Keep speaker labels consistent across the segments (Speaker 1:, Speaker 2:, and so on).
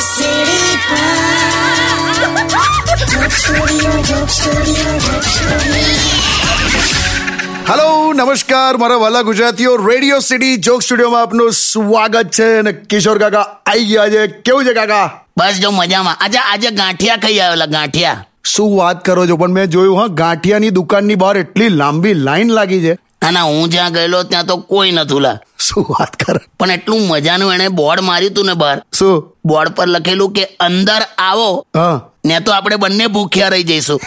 Speaker 1: સીડી
Speaker 2: hello નમસ્કાર મારા વાલા ગુજરાતીઓ રેડિયો સિટી જોક સ્ટુડિયોમાં આપનું સ્વાગત છે અને કિશોર કાકા આવી ગયા છે કેવું છે કાકા
Speaker 3: બસ જો મજામાં આજે આજે ગાંઠિયા ખાઈ આવેલા ગાંઠિયા
Speaker 2: શું વાત કરો છો પણ મેં જોયું હા ગાંઠિયાની દુકાનની બહાર એટલી લાંબી લાઈન લાગી છે
Speaker 3: અને હું જ્યાં ગયેલો ત્યાં તો કોઈ નતું લા
Speaker 2: શું વાત કર
Speaker 3: પણ એટલું મજાનું એણે બોર્ડ માર્યું તું ને બહાર
Speaker 2: શું
Speaker 3: બોર્ડ પર લખેલું કે અંદર આવો
Speaker 2: હા
Speaker 3: ને તો આપણે બંને ભૂખ્યા રહી જઈશું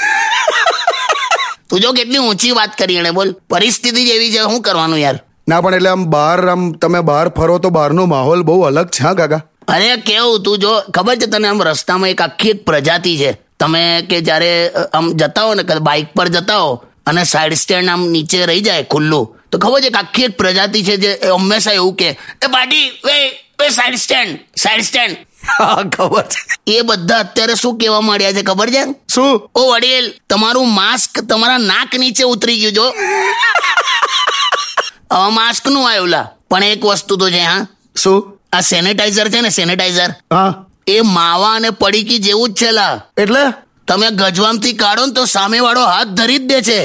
Speaker 3: તું જો કેટલી ઊંચી વાત કરી એણે બોલ પરિસ્થિતિ જેવી છે શું કરવાનું યાર
Speaker 2: ના પણ એટલે આમ બહાર આમ તમે બહાર ફરો તો બહારનો માહોલ બહુ અલગ છે હા કાકા
Speaker 3: અરે કેવું તું જો ખબર છે તને આમ રસ્તામાં એક આખી એક પ્રજાતિ છે તમે કે જ્યારે અ, આમ જતા હો ને બાઇક પર જતા હો અને સાઈડ સ્ટેન્ડ આમ નીચે રહી જાય ખુલ્લું તો ખબર છે એક આખી એક પ્રજાતિ છે જે હંમેશા એવું કે એ પાટી વે વે સાઈડ સ્ટેન્ડ સાઈડ સ્ટેન્ડ
Speaker 2: હા ખબર છે
Speaker 3: એ બધા અત્યારે શું કહેવા માંડ્યા છે ખબર છે
Speaker 2: શું
Speaker 3: ઓ વડીલ તમારું માસ્ક તમારા નાક નીચે ઉતરી ગયું જો હવે માસ્ક નું આવ્યું લા પણ એક વસ્તુ તો છે હા
Speaker 2: શું
Speaker 3: આ સેનેટાઈઝર છે ને સેનેટાઈઝર
Speaker 2: હા
Speaker 3: એ માવા અને પડીકી જેવું જ છે લા
Speaker 2: એટલે
Speaker 3: તમે ગજવામથી કાઢો ને તો સામેવાળો હાથ ધરી જ દે છે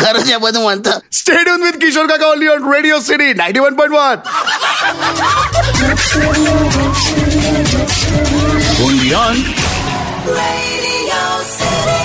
Speaker 3: ખરું છે બધું મંતર
Speaker 2: સ્ટેડિયમ વિથ કિશોર કાકા only on radio city ninety one point one
Speaker 1: Radio City.